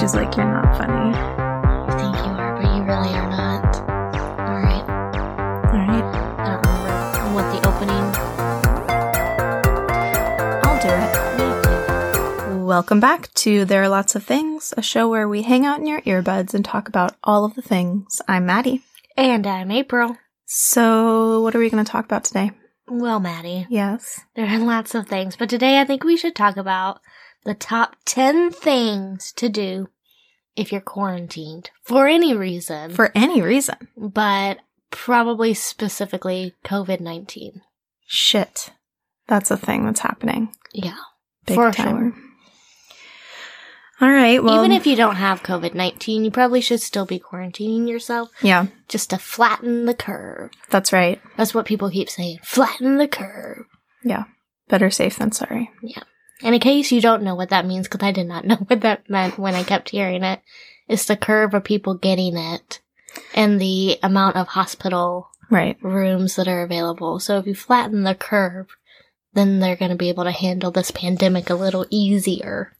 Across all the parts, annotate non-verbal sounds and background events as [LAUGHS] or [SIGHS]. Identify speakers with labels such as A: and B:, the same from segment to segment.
A: She's like, You're not funny.
B: You think you are, but you really are not. All right.
A: All right,
B: I don't remember what the opening.
A: I'll do it. Welcome back to There Are Lots of Things, a show where we hang out in your earbuds and talk about all of the things. I'm Maddie.
B: And I'm April.
A: So, what are we going to talk about today?
B: Well, Maddie,
A: Yes.
B: there are lots of things, but today I think we should talk about the top 10 things to do if you're quarantined for any reason,
A: For any reason.
B: but probably specifically COVID 19.
A: Shit. That's a thing that's happening.
B: Yeah.
A: Big
B: For
A: time. All right. Well,
B: Even if you don't have COVID 19, you probably should still be quarantining yourself
A: yeah,
B: just to flatten the curve.
A: that's right.
B: That's what people keep saying flatten the curve.
A: Yeah. Better safe than sorry.
B: And in case you don't know what that means, because I did not [LAUGHS] know what that meant when I kept hearing it, it's the curve of people getting it and the amount of hospital
A: Right.
B: rooms that are available. So if you flatten the curve, then they're going to be able to handle this pandemic a little easier.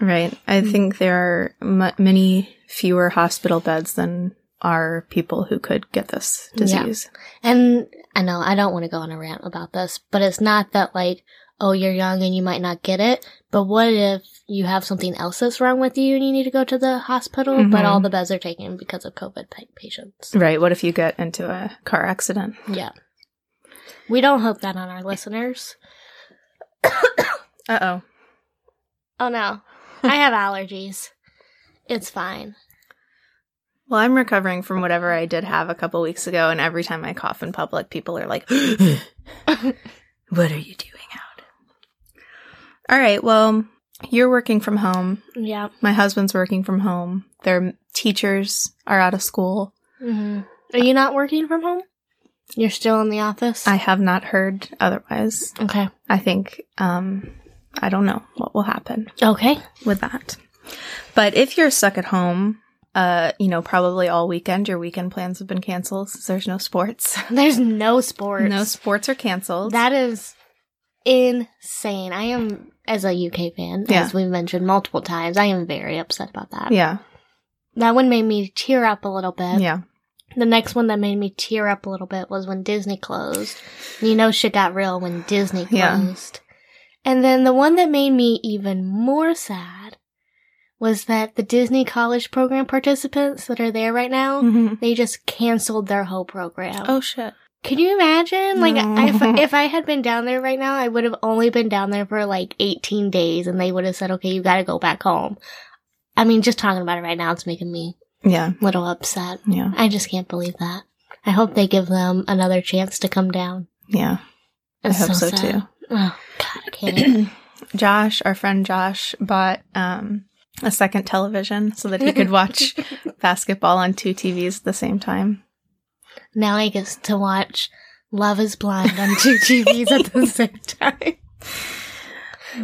A: Right. I
B: Mm.
A: think there are m- many fewer hospital beds than are people who could get this
B: Yeah.
A: disease.
B: And I know I don't want to go on a rant about this, but it's not that like, oh, you're young and you might not get it. But what if you have something else that's wrong with you and you need to go to the hospital, but
A: Mhm.
B: all the beds are taken because of COVID pa- patients?
A: Right. What if you get into a car accident?
B: Yeah. We don't hope that on our listeners.
A: Uh oh.
B: Oh [LAUGHS] no, I have allergies. It's fine.
A: Well, I'm recovering from whatever I did have a couple weeks ago, and every time I cough in public, people are like, [GASPS] What are you doing out? All right. Well, you're working from home.
B: Yeah.
A: My husband's working from home. Their teachers are out of school.
B: hmm Are you not working from home? You're still in the office?
A: I have not heard otherwise.
B: okay.
A: I think, um, I don't know what will happen
B: Okay.
A: with that. But if you're stuck at home, uh, you know, probably all weekend, your weekend plans have been canceled since there's no sports.
B: There's no sports.
A: [LAUGHS] No sports are canceled.
B: That is insane. I am, as a UK fan,
A: Yeah.
B: as we've mentioned multiple times, I am very upset about that.
A: yeah.
B: That one made me tear up a little bit.
A: Yeah.
B: The next one that made me tear up a little bit was when Disney closed. You know, shit got real when Disney
A: Yeah.
B: closed. And then the one that made me even more sad was that the Disney college program participants that are there right now,
A: Mhm.
B: they just canceled their whole program.
A: Oh, shit.
B: Can you imagine? Like,
A: No.
B: if,
A: [LAUGHS]
B: if I had been down there right now, I would have only been down there for like 18 days and they would have said, okay, you gotta go back home. I mean, just talking about it right now, it's making me
A: Yeah.
B: a little upset.
A: Yeah.
B: I just can't believe that. I hope they give them another chance to come down.
A: Yeah. I
B: It's
A: hope so,
B: sad.
A: too.
B: Oh God, I can't. [CLEARS THROAT]
A: Josh, our friend Josh, bought um, a second television so that he
B: [LAUGHS]
A: could watch basketball on two TVs at the same time.
B: now I get to watch Love Is Blind on two
A: [LAUGHS]
B: TVs at the same time.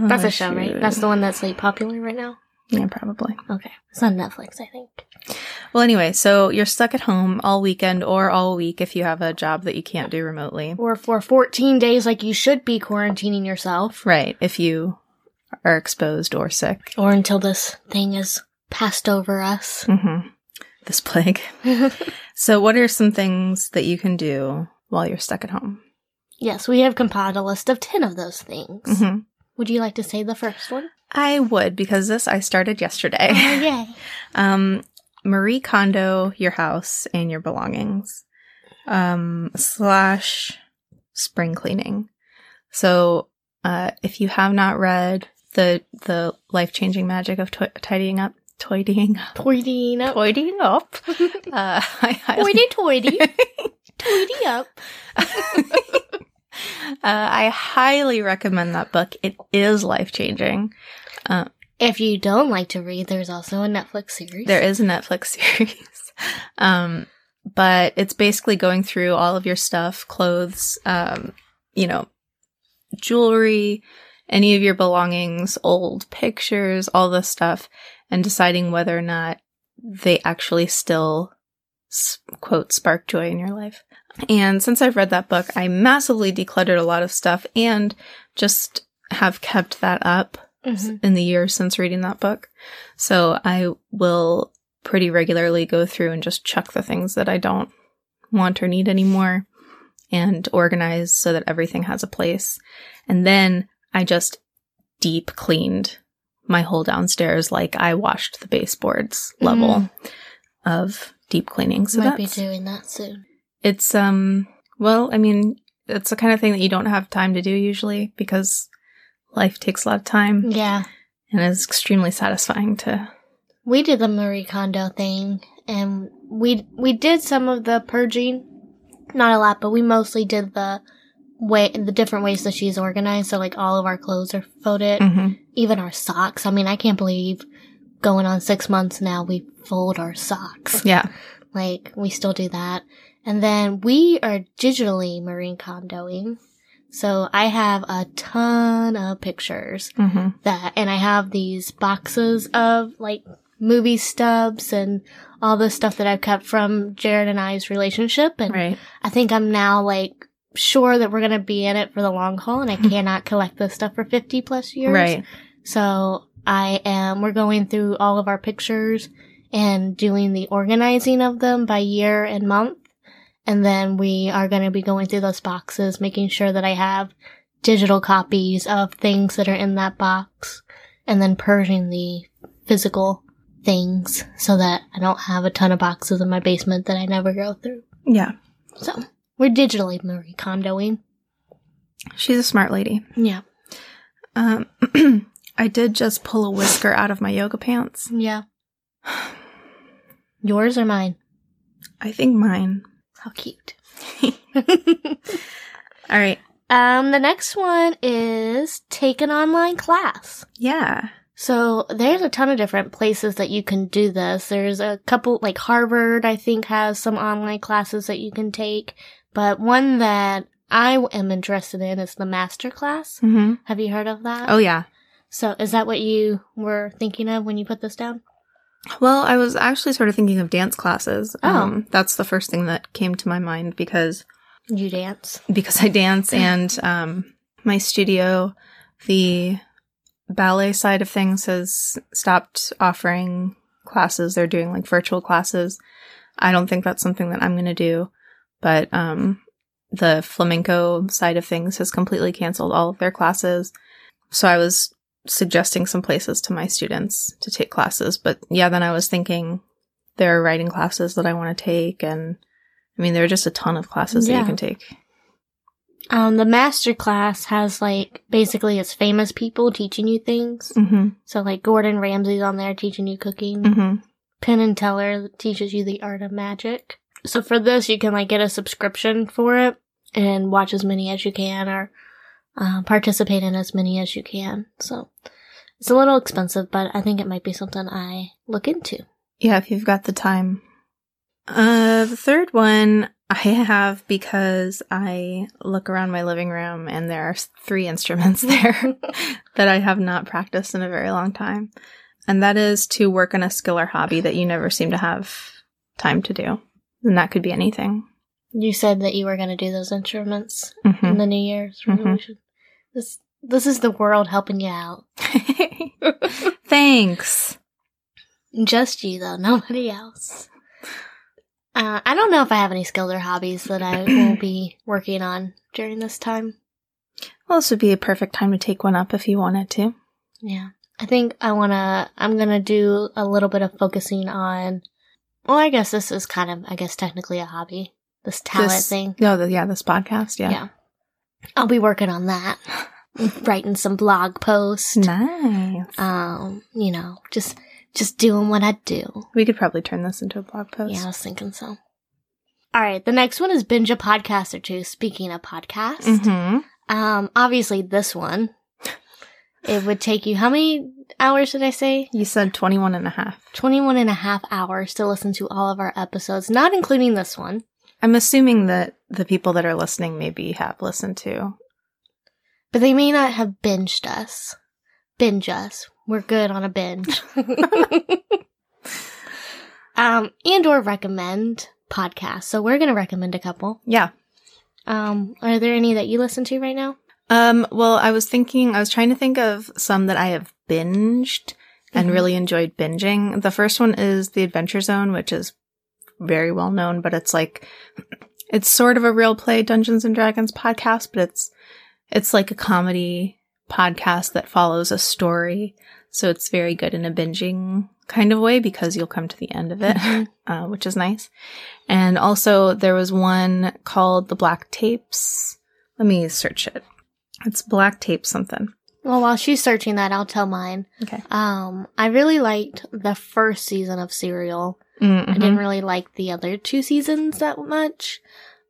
B: That's
A: Oh,
B: a show, right?
A: shoot.
B: That's the one that's like popular right now.
A: yeah, probably.
B: Okay, it's on Netflix, I think.
A: Well, anyway, so you're stuck at home all weekend or all week if you have a job that you can't do remotely.
B: Or for 14 days, like you should be quarantining yourself,
A: Right, if you are exposed or sick.
B: or until this thing is passed over
A: [LAUGHS]
B: us.
A: Mm-hmm. This plague. So, what are some things that you can do while you're stuck at home?
B: yes, we have compiled a list of 10 of those things.
A: Mm-hmm.
B: Would you like to say the first
A: [LAUGHS]
B: one?
A: I would because this I started yesterday. [LAUGHS]
B: Oh, yay.
A: Um, Marie Kondo your house and your belongings, um, slash spring cleaning. So, uh, if you have not read the the life changing magic of to- tidying up, tidying
B: [LAUGHS]
A: up,
B: Toidying
A: [LAUGHS]
B: up.
A: tidying up, uh, [LAUGHS] I highly,
B: Hoity
A: [LAUGHS]
B: toity. toity up.
A: uh, I highly recommend that book. It is life changing.
B: If you don't like to read, there's also a Netflix series.
A: There is a Netflix [LAUGHS] series. Um, but it's basically going through all of your stuff, clothes, um, you know, jewelry, any of your belongings, old pictures, all this stuff, and deciding whether or not they actually still s- quote spark joy in your life. And since I've read that book, I massively decluttered a lot of stuff and just have kept that up
B: Mhm.
A: in the years since reading that book. So I will pretty regularly go through and just chuck the things that I don't want or need anymore and organize so that everything has a place. And then I just deep cleaned my whole downstairs like I washed the baseboards level of deep cleaning. So
B: Mm-hmm. Might be
A: that's
B: doing that soon.
A: it's um well, I mean, it's the kind of thing that you don't have time to do usually because life takes a lot of time
B: Yeah.
A: and it's extremely satisfying to
B: We did the Marie Kondo thing, and we we did some of the purging, not a lot, but we mostly did the way the different ways that she's organized. So like all of our clothes are folded,
A: Mm. Mm-hmm.
B: even our socks. I mean, I can't believe going on six months now we fold our socks.
A: yeah
B: Like we still do that, and then we are digitally Marie Kondoing. So I have a ton of pictures
A: hmm
B: that and I have these boxes of like movie stubs and all the stuff that I've kept from Jared and I's relationship and
A: right
B: I think I'm now like sure that we're gonna be in it for the long haul
A: [LAUGHS]
B: and I cannot collect this stuff for fifty plus years.
A: right
B: So I am, we're going through all of our pictures and doing the organizing of them by year and month. And then we are going to be going through those boxes, making sure that I have digital copies of things that are in that box and then purging the physical things so that I don't have a ton of boxes in my basement that I never go through.
A: yeah
B: So we're digitally Marie Kondoing.
A: she's a smart lady
B: Yeah.
A: um [CLEARS THROAT] i did just pull a whisker out of my yoga pants
B: Yeah. [SIGHS] Yours or mine?
A: i think mine [LAUGHS]
B: How cute.
A: all right
B: [LAUGHS] um, the next one is take an online class.
A: yeah
B: So there's a ton of different places that you can do this. There's a couple, like Harvard, I think has some online classes that you can take, but one that I am interested in is the master class.
A: mm-hmm.
B: Have you heard of that?
A: oh yeah
B: So is that what you were thinking of when you put this down?
A: well i was actually sort of thinking of dance classes Um,
B: Oh.
A: that's the first thing that came to my mind because
B: You dance.
A: because I dance and um, my studio, the ballet side of things has stopped offering classes. They're doing like virtual classes. I don't think that's something that I'm going to do, but um, the flamenco side of things has completely canceled all of their classes. So I was suggesting some places to my students to take classes, but yeah, then I was thinking there are writing classes that I want to take and I mean, there are just a ton of classes that
B: Yeah.
A: you can take.
B: Um, the master class has like, basically it's famous people teaching you things.
A: Mm-hmm.
B: So like Gordon Ramsay's on there teaching you cooking.
A: Mm-hmm.
B: Penn and Teller teaches you the art of magic. So for this, you can like get a subscription for it and watch as many as you can or uh, participate in as many as you can. So it's a little expensive, but I think it might be something I look into.
A: Yeah, if you've got the time. Uh, the third one I have because I look around my living room and there are s- three [LAUGHS] instruments [LAUGHS] there that I have not practiced in a very long time. And that is to work on a skill or hobby that you never seem to have time to do. And that could be anything.
B: You said that you were going to do those instruments in
A: Mm-hmm.
B: the New Year's
A: Mhm.
B: resolution. This this is the world helping you out.
A: [LAUGHS] Thanks.
B: Just you though, [LAUGHS] nobody else. Uh, I don't know if I have any skills or hobbies that I will be working on during this time.
A: Well, this would be a perfect time to take one up if you wanted to.
B: Yeah. I think I want to, I'm going to do a little bit of focusing on, well, I guess this is kind of, I guess technically a hobby, this talent
A: This-
B: thing.
A: No, the, yeah, this podcast. Yeah.
B: Yeah. I'll be working on that, [LAUGHS] writing some blog posts,
A: Nice.
B: um, you know, just, just doing what I do.
A: We could probably turn this into a blog post.
B: Yeah, I was thinking so. All right. The next one is binge a podcast or two. Speaking of podcasts,
A: hmm
B: um, obviously this one, it would take you, how many hours did I say?
A: You said 21 and a half.
B: 21 and a half hours to listen to all of our episodes, not including this one.
A: I'm assuming that the people that are listening maybe have listened to.
B: But they may not have binged us. Binge us. We're good on a binge. [LAUGHS] um, and or recommend podcasts. So we're going to recommend a couple.
A: Yeah.
B: Um, are there any that you listen to right now?
A: Um, well, I was thinking, I was trying to think of some that I have binged and
B: Mhm.
A: really enjoyed binging. The first one is The Adventure Zone, which is very well known, but it's like, [CLEARS THROAT] it's sort of a real play Dungeons and Dragons podcast, but it's, it's like a comedy podcast that follows a story. So it's very good in a binging kind of way because you'll come to the end
B: [LAUGHS]
A: of it
B: Mhm.
A: uh, which is nice. And also, there was one called the Black Tapes. Let me search it. It's Black Tape something.
B: Well, while she's searching that, I'll tell mine.
A: Okay.
B: Um, I really liked the first season of Serial. I
A: Mm-hmm.
B: didn't really like the other two seasons that much.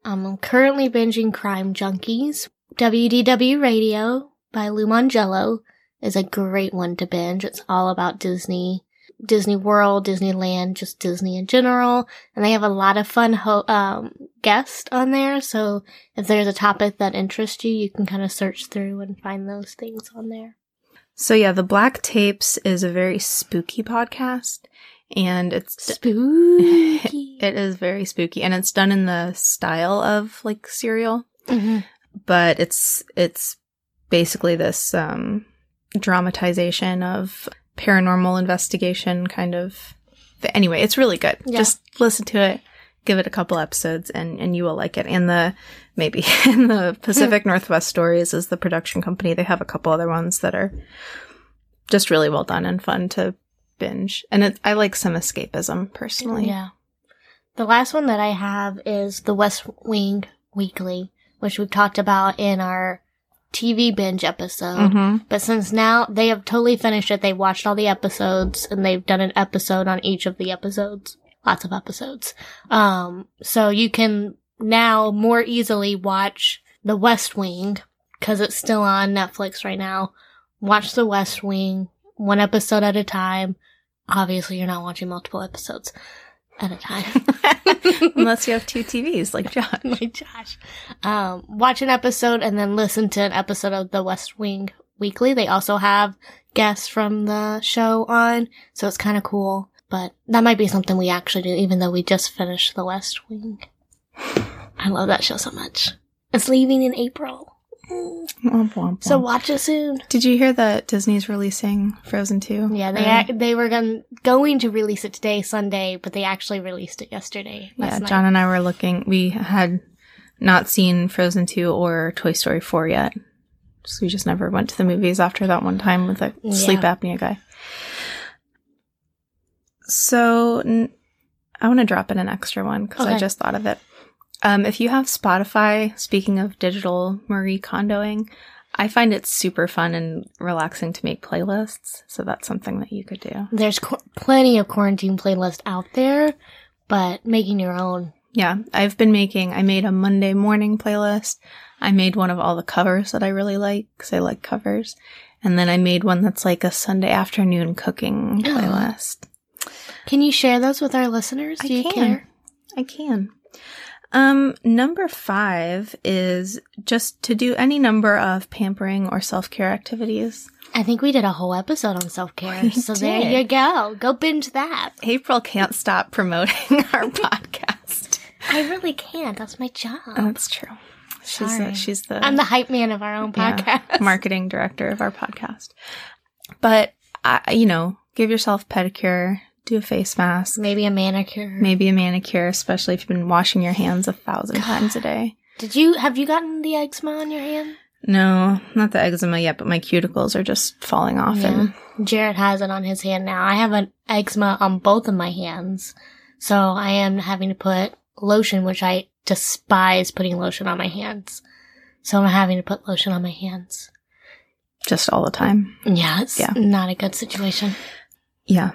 B: Um, I'm currently binging Crime Junkies. WDW Radio by Lou Mangello is a great one to binge. It's all about Disney, Disney World, Disneyland, just Disney in general. And they have a lot of fun ho- um, guests on there. So if there's a topic that interests you, you can kind of search through and find those things on there.
A: So yeah, the Black Tapes is a very spooky podcast, and it's [LAUGHS]
B: Spooky.
A: it is very spooky, and it's done in the style of like serial.
B: Mhm.
A: but it's it's basically this um, dramatization of paranormal investigation kind of. Th- anyway, it's really good.
B: Yeah.
A: Just listen to it, give it a couple episodes, and and you will like it. And the maybe [LAUGHS] and the
B: [LAUGHS]
A: Pacific Northwest Stories is the production company. They have a couple other ones that are just really well done and fun to binge. And it, I like some escapism personally.
B: Yeah. The last one that I have is the West Wing Weekly, which we've talked about in our TV binge episode. [LAUGHS]
A: hmm
B: But since now they have totally finished it, they watched all the episodes and they've done an episode on each of the episodes. Lots of episodes. Um, so you can now more easily watch The West Wing because it's still on Netflix right now. Watch The West Wing one episode at a time. Obviously, you're not watching multiple episodes at a [LAUGHS] time.
A: [LAUGHS] [LAUGHS] Unless you have two TVs like John.
B: My gosh. Um, watch an episode and then listen to an episode of The West Wing Weekly. They also have guests from the show on, so it's kind of cool. But that might be something we actually do, even though we just finished The West Wing. I love that show so much. It's leaving in April.
A: Womp
B: [LAUGHS]
A: womp
B: So
A: womp.
B: watch it soon.
A: Did you hear that Disney's releasing Frozen 2?
B: Yeah, they
A: Um,
B: ac they were gon- going to release it today, Sunday, but they actually released it yesterday.
A: yeah,
B: last night.
A: John and I were looking. We had not seen Frozen 2 or Toy Story 4 yet. So we just never went to the movies after that one time with a
B: Yeah.
A: sleep apnea guy. So n- I want to drop in an extra one because I
B: Okay.
A: just thought of it. Um, if you have Spotify, speaking of digital Marie Kondoing, I find it super fun and relaxing to make playlists. So that's something that you could do.
B: There's qu- plenty of quarantine playlists out there, but making your own.
A: Yeah, I've been making. I made a Monday morning playlist. I made one of all the covers that I really like because I like covers, and then I made one that's like a Sunday afternoon [GASPS] cooking
B: Oh.
A: playlist.
B: Can you share those with our listeners?
A: I
B: Do you
A: can.
B: care?
A: I can. Um, number five is just to do any number of pampering or self care activities.
B: I think we did a whole episode on self [LAUGHS] care.
A: We
B: So there
A: did.
B: you go. Go binge that.
A: April can't stop promoting [LAUGHS] our podcast.
B: I really can't. That's my job.
A: That's true. She's the,
B: Sorry.
A: she's the
B: I'm the hype man of our own
A: Yeah,
B: podcast.
A: [LAUGHS] marketing director of our podcast. But I, you know, give yourself pedicure, do a face mask,
B: Maybe a manicure.
A: maybe a manicure, especially if you've been washing your hands a thousand times a day.
B: Did you have you gotten the eczema on your hand?
A: No, not the eczema yet, but my cuticles are just falling off. And
B: Jared has it on his hand now. I have an eczema on both of my hands. So I am having to put lotion, which I despise putting lotion on my hands. So I'm having to put lotion on my hands.
A: just all the time.
B: Yeah, it's
A: Yeah.
B: not a good situation.
A: Yeah.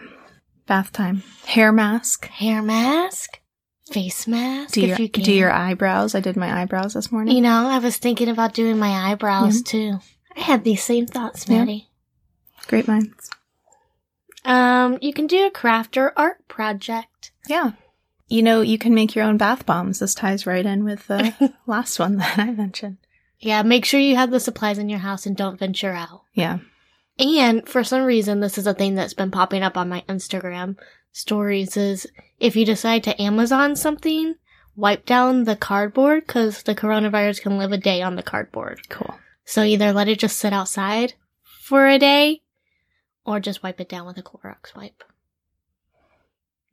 A: Bath time. Hair mask.
B: Hair mask, face mask.
A: Do
B: if
A: your,
B: you can.
A: do your eyebrows. I did my eyebrows this morning.
B: You know, I was thinking about doing my eyebrows too. I had these same thoughts,
A: Yeah.
B: Maddie.
A: Great minds.
B: Um, you can do a craft or art project.
A: Yeah. You know, you can make your own bath bombs. This ties right in
B: [LAUGHS]
A: with the last one that I mentioned.
B: Yeah, make sure you have the supplies in your house and don't venture out.
A: Yeah.
B: And for some reason, this is a thing that's been popping up on my Instagram stories is if you decide to Amazon something, wipe down the cardboard because the coronavirus can live a day on the cardboard.
A: Cool.
B: So either let it just sit outside for a day or just wipe it down with a Clorox wipe.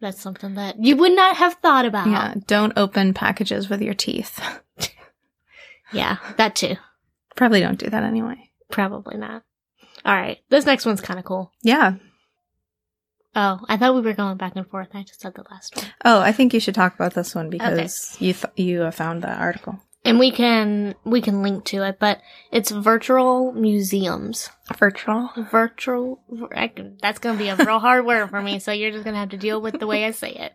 B: That's something that you would not have thought about.
A: Yeah, don't open packages with your teeth. [LAUGHS]
B: Yeah, that too.
A: Probably don't do that anyway.
B: Probably not. All right. This next one's kind of cool.
A: Yeah.
B: Oh, I thought we were going back and forth. I just said the last one.
A: Oh, I think you should talk about this one because you th- you uh, found that article.
B: And we can we can link to it, but it's virtual museums.
A: Virtual.
B: Virtual vir- I can- that's going to be a real hard word for me, so you're just going to have to deal with the way I say it.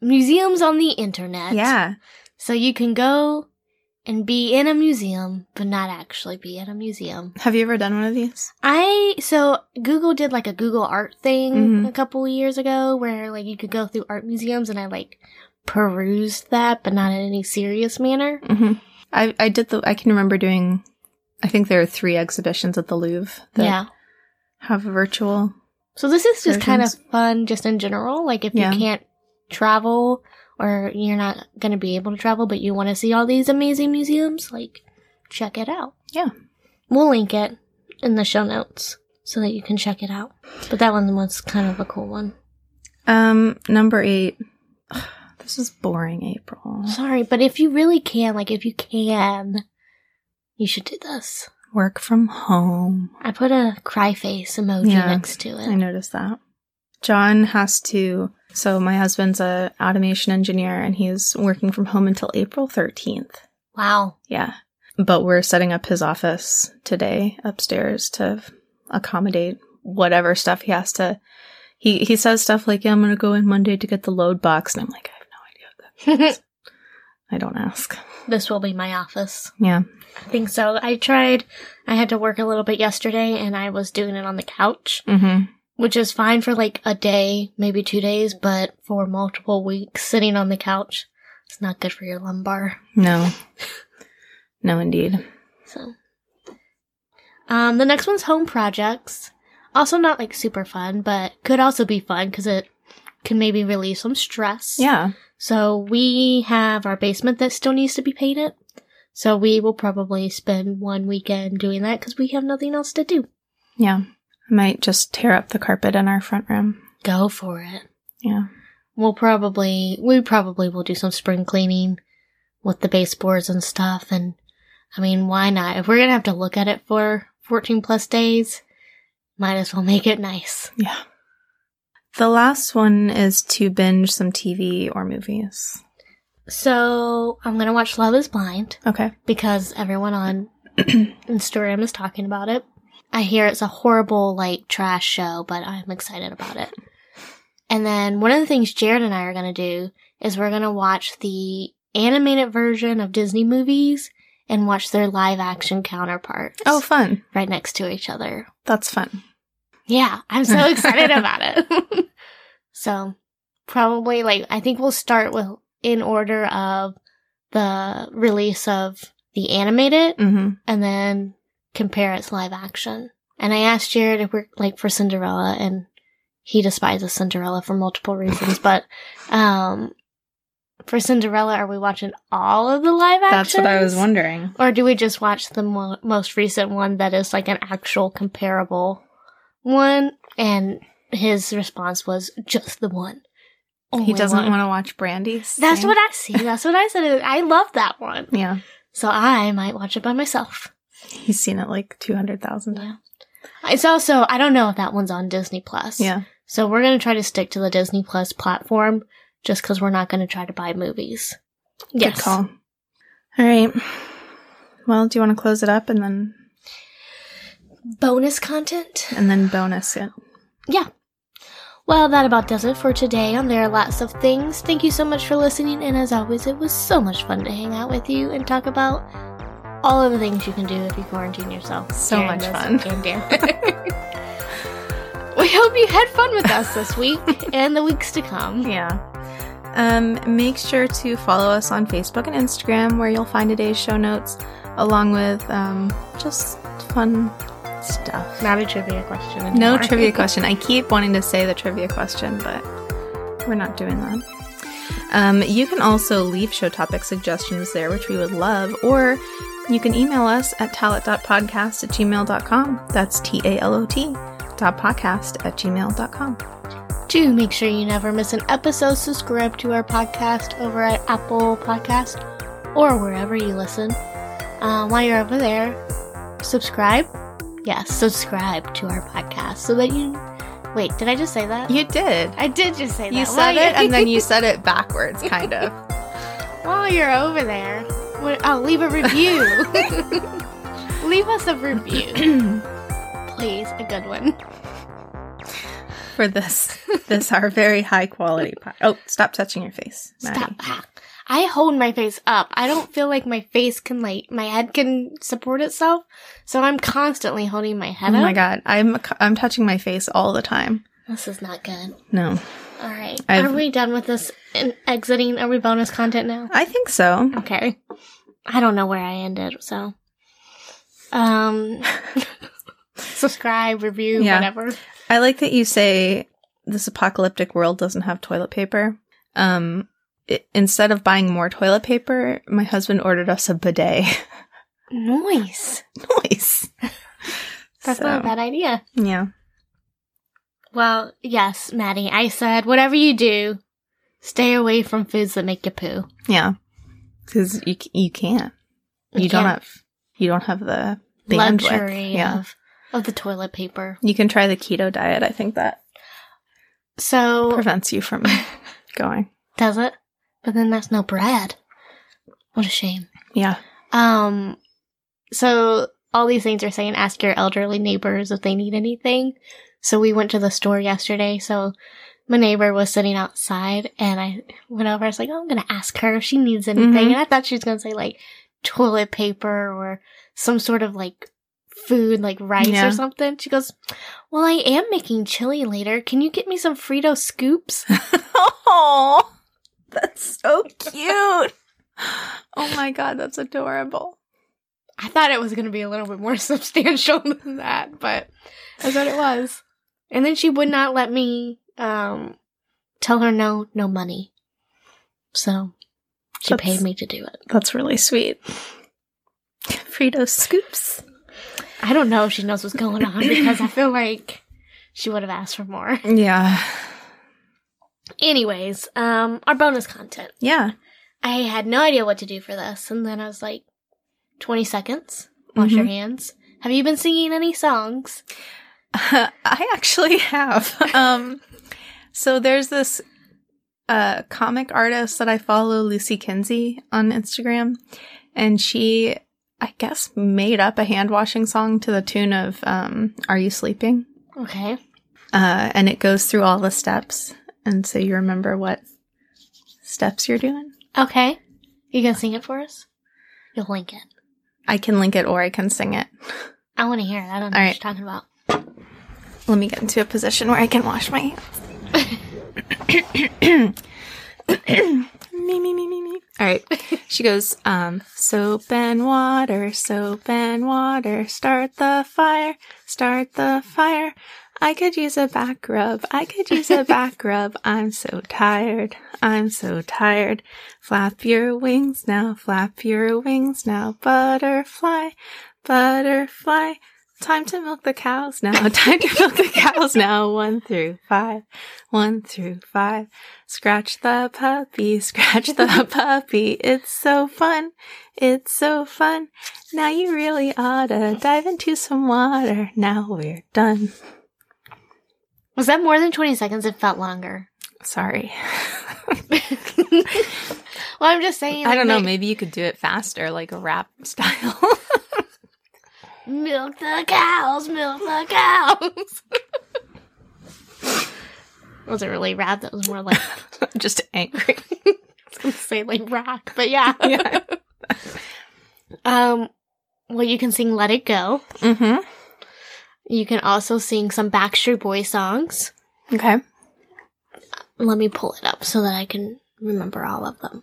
B: Museums on the internet.
A: Yeah.
B: So you can go and be in a museum, but not actually be in a museum.
A: Have you ever done one of these?
B: I so Google did like a Google Art thing
A: Mhm.
B: a couple years ago where like you could go through art museums and I like perused that but not in any serious manner.
A: Mm-hmm. I I did the. I can remember doing. I think there are three exhibitions at the Louvre that
B: yeah.
A: have virtual.
B: So this is just kind of
A: versions.
B: fun just in general like if
A: Yeah.
B: you can't travel or you're not going to be able to travel but you want to see all these amazing museums like check it out.
A: Yeah.
B: We'll link it in the show notes so that you can check it out. But that one was kind of a cool one.
A: Um, number eight. [SIGHS] Ugh, This is boring, April.
B: Sorry, but if you really can, like if you can, you should do this.
A: Work from home.
B: I put a cry face emoji
A: Yeah,
B: next to
A: I
B: it.
A: noticed that. John has to. So my husband's a automation engineer, and he's working from home until April thirteenth. [LAUGHS]
B: Wow.
A: Yeah. But we're setting up his office today upstairs to accommodate whatever stuff he has to. He he says stuff like, "Yeah, I'm gonna go in Monday to get the load box," and I'm like, "I have no idea." what
B: this
A: that- I don't ask.
B: will be my office.
A: Yeah.
B: I think so. I tried, I had to work a little bit yesterday and I was doing it on the couch,
A: Mm-hmm.
B: which is fine for like a day, maybe two days, but for multiple weeks sitting on the couch, it's not good for your lumbar.
A: No. No, indeed.
B: So, um, the next one's home projects. Also, not like super fun, but could also be fun because it can maybe relieve some stress.
A: Yeah.
B: So we have our basement that still needs to be painted. So we will probably spend one weekend doing that because we have nothing else to do.
A: Yeah. I might just tear up the carpet in our front room.
B: Go for it.
A: Yeah.
B: We'll probably we probably will do some spring cleaning with the baseboards and stuff and I mean why not? If we're gonna have to look at it for fourteen plus days, might as well make it nice.
A: Yeah. The last one is to binge some TV or movies.
B: So I'm gonna watch Love is Blind
A: Okay.
B: because everyone on [CLEARS THROAT] Instagram is talking about it. I hear it's a horrible like trash show, but I'm excited about it. And then one of the things Jared and I are gonna do is we're gonna watch the animated version of Disney movies and watch their live action counterparts
A: Oh, fun.
B: right next to each other.
A: That's fun.
B: Yeah, I'm so excited about it. [LAUGHS] so, probably like I think we'll start with in order of the release of the animated
A: Mm-hmm.
B: and then compare its live action. And I asked Jared if we're like for Cinderella and he despises Cinderella for multiple
A: [LAUGHS]
B: reasons, but um for Cinderella are we watching all of the live action?
A: That's what I was wondering.
B: Or do we just watch the mo- most recent one that is like an actual comparable one? And his response was just the one.
A: He
B: Only
A: doesn't
B: one.
A: want to watch Brandy.
B: That's
A: sing.
B: what I see. That's what I said. I love that one.
A: Yeah,
B: So I might watch it by myself.
A: he's seen it like two hundred thousand times.
B: Yeah. It's also I don't know if that one's on Disney Plus.
A: Yeah,
B: So we're gonna try to stick to the Disney Plus platform, just because we're not gonna try to buy movies. Yes.
A: good call. All right. Well, do you want to close it up and then
B: Bonus content.
A: and then bonus it?
B: Yeah. Well, that about does it for today on There Are Lots of Things. Thank you so much for listening, and as always, it was so much fun to hang out with you and talk about all of the things you can do if you quarantine yourself.
A: So
B: during
A: much
B: this
A: fun.
B: pandemic. [LAUGHS] we hope you had fun with us this week and the weeks to
A: [LAUGHS]
B: come.
A: Yeah. Um, make sure to follow us on Facebook and Instagram, where you'll find today's show notes, along with um, just fun stuff.
B: Not a trivia question.
A: No
B: anymore. [LAUGHS]
A: trivia question. I keep wanting to say the trivia question, but we're not doing that. Um, you can also leave show topic suggestions there, which we would love, or you can email us at talent.podcast at gmail.com. That's T A L O T dot podcast at gmail.com.
B: To make sure you never miss an episode, subscribe to our podcast over at Apple Podcast or wherever you listen. Um, while you're over there, subscribe. Yes, subscribe to our podcast so that you. Wait, did I just say that?
A: You did.
B: I did just say that.
A: You
B: While
A: said
B: you-
A: it and then you said it backwards, kind of.
B: [LAUGHS] While you're over there, wh- oh, leave a [LAUGHS] review. leave us a review, [CLEARS THROAT] please, a good one.
A: for this this our very high quality pod. Oh, stop touching your face, Maddie.
B: Stop. Ah. I hold my face up. I don't feel like my face can like my head can support itself, so I'm constantly holding my
A: Oh
B: head up.
A: my god, I'm I'm touching my face all the time.
B: This is not good.
A: No,
B: All right.
A: I've-
B: Are we done with this and exiting? Are we bonus content now?
A: I think so.
B: Okay. I don't know where I ended, so.
A: [LAUGHS]
B: Um. subscribe, review,
A: Yeah.
B: whatever.
A: I like that you say this apocalyptic world doesn't have toilet paper. Um, i instead of buying more toilet paper, my husband ordered us a bidet. [LAUGHS]
B: Noise.
A: nice.
B: That's not a
A: So,
B: bad idea.
A: Yeah.
B: Well, yes, Maddie, I said whatever you do, stay away from foods that make you poo.
A: Yeah. Cuz you c- you can't. You don't
B: can't-
A: have you don't have the bandwidth.
B: luxury
A: Yeah.
B: of of the toilet paper.
A: You can try the keto diet. I think that
B: So
A: prevents you from going.
B: does it? But then that's no bread. What a shame.
A: Yeah. [LAUGHS]
B: Um so all these things are saying ask your elderly neighbors if they need anything. So we went to the store yesterday, so my neighbor was sitting outside and I went over, I was like, Oh, I'm gonna ask her if she needs anything
A: Mhm.
B: and I thought she was gonna say like toilet paper or some sort of like food like rice
A: Yeah.
B: or something. She goes, Well, I am making chili later. Can you get me some Frito scoops?
A: oh, that's [LAUGHS] so cute. Oh my god, that's adorable.
B: I thought it was going to be a little bit more [LAUGHS] substantial than that, but that's what it was. And then she would not let me um, tell her no, no money. So she
A: That's-
B: paid me to do it.
A: That's really sweet. Frito scoops.
B: I don't know if she knows what's going on because I feel like she would have asked for more. [LAUGHS]
A: Yeah.
B: Anyways, um, our bonus content.
A: Yeah.
B: I had no idea what to do for this, and then I was like, 20 seconds, wash your hands. Have you been singing any songs?
A: [LAUGHS] I actually [LAUGHS] have. Um so there's this uh comic artist that I follow, Lucy Kinsey, on Instagram, and she I guess made up a hand washing song to the tune of um Are You Sleeping?
B: Okay.
A: uh, and it goes through all the steps, and so you remember what steps you're doing.
B: Okay. You gonna sing it for us? You'll link it.
A: I can link it or I can sing it.
B: I want to hear it. I don't know
A: All
B: what
A: right.
B: you're talking about.
A: Let me get into a position where I can wash my hands. me, me, me, me, me. All right. She goes, um, soap and water, soap and water, start the fire, start the fire. I could use a back rub. I could use a back rub. I'm so tired. I'm so tired. Flap your wings now. Flap your wings now. Butterfly, butterfly. Time to milk the cows now. [LAUGHS] Time to milk the cows now. One through five. One through five. Scratch the puppy. Scratch the puppy. It's so fun. It's so fun. Now you really oughta dive into some water. Now we're done.
B: Was that more than 20 seconds? It felt
A: [LAUGHS]
B: longer.
A: Sorry.
B: well, I'm just saying.
A: I don't know.
B: like,
A: Maybe you could do it faster, like a rap [LAUGHS] style.
B: Milk the cows, milk the
A: [LAUGHS]
B: cows. wasn't really rap. That was more
A: [LAUGHS]
B: like
A: Just angry.
B: say like rock, but
A: [LAUGHS]
B: yeah.
A: Yeah.
B: Um. Well, you can sing "Let It Go."
A: Mm-hmm.
B: You can also sing some Backstreet Boy songs.
A: Okay.
B: Let me pull it up so that I can remember all of them.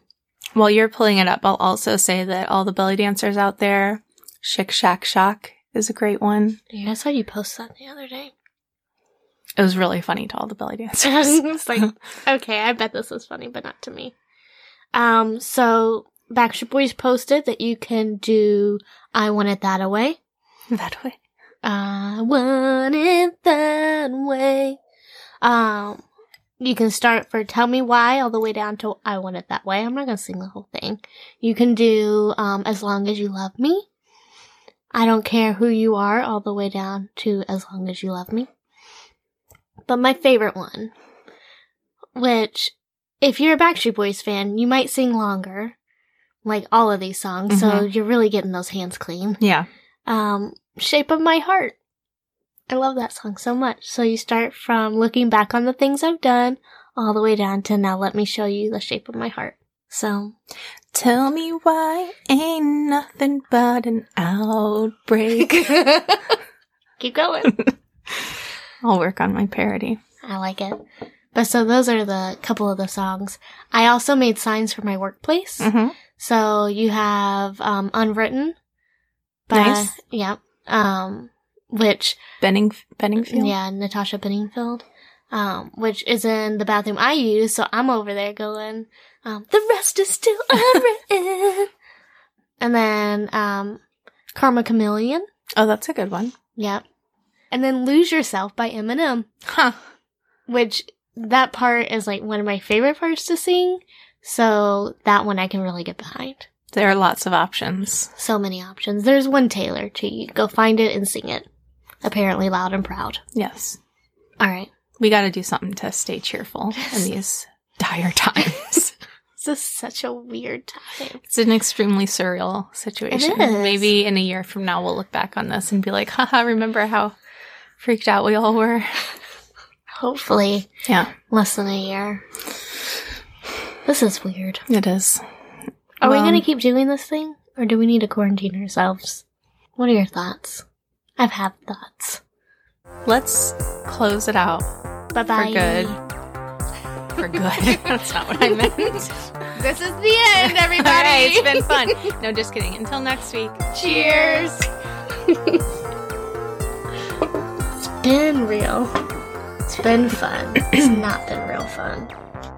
A: While you're pulling it up, I'll also say that all the belly dancers out there, Shik Shack Shock is a great one.
B: Yeah, I saw you post that the other day.
A: It was really funny to all the belly
B: I was [LAUGHS]
A: dancers. [LAUGHS]
B: just like, okay, I bet this is funny, but not to me. Um, so Backstreet Boys posted that you can do I Want It That Away.
A: That way.
B: I want it that way. Um, you can start for Tell Me Why all the way down to I Want It That Way. I'm not gonna sing the whole thing. You can do um, As Long As You Love Me. I don't care who you are all the way down to As Long As You Love Me. But my favorite one, which if you're a Backstreet Boys fan, you might sing longer, like all of these songs, so you're really getting those hands clean
A: Yeah.
B: um, Shape of My Heart. I love that song so much. So you start from looking back on the things I've done all the way down to now let me show you the shape of my heart.
A: [LAUGHS]
B: So
A: Tell me why ain't nothing but an outbreak.
B: [LAUGHS] keep going.
A: I'll work on my parody.
B: I like it. But so those are the couple of the songs. I also made signs for my workplace.
A: Mm-hmm.
B: So you have um, Unwritten.
A: Nice.
B: Yeah. Um, which
A: Benning, Benningfield?
B: Yeah, Natasha Bedingfield, um, which is in the bathroom I use. So I'm over there going, um, the rest is still unwritten. and then um, Karma Chameleon.
A: Oh, that's a good one.
B: Yep. And then Lose Yourself by Eminem,
A: Huh.
B: which that part is like one of my favorite parts to sing. So that one I can really get behind.
A: There are lots of options.
B: So many options. There's one Taylor too. You go find it and sing it. Apparently loud and proud.
A: Yes.
B: All right.
A: We got to do something to stay cheerful in these dire [LAUGHS] times.
B: This is such a weird time.
A: it's an extremely surreal situation.
B: is.
A: Maybe in a year from now, we'll look back on this and be like, haha, remember how freaked out we all were?
B: Hopefully,
A: Yeah,
B: less than a year. This is weird.
A: it is.
B: Are
A: Well-
B: we going to keep doing this thing, or do we need to quarantine ourselves? What are your thoughts? I've had thoughts.
A: Let's close it out
B: Bye bye.
A: good. for good. [LAUGHS] That's not what I meant. All
B: This is the end, [LAUGHS] everybody.
A: right, it's been fun. No, just kidding. Until next week.
B: Cheers. [CLEARS THROAT] it's been real. It's been fun. It's not been real fun.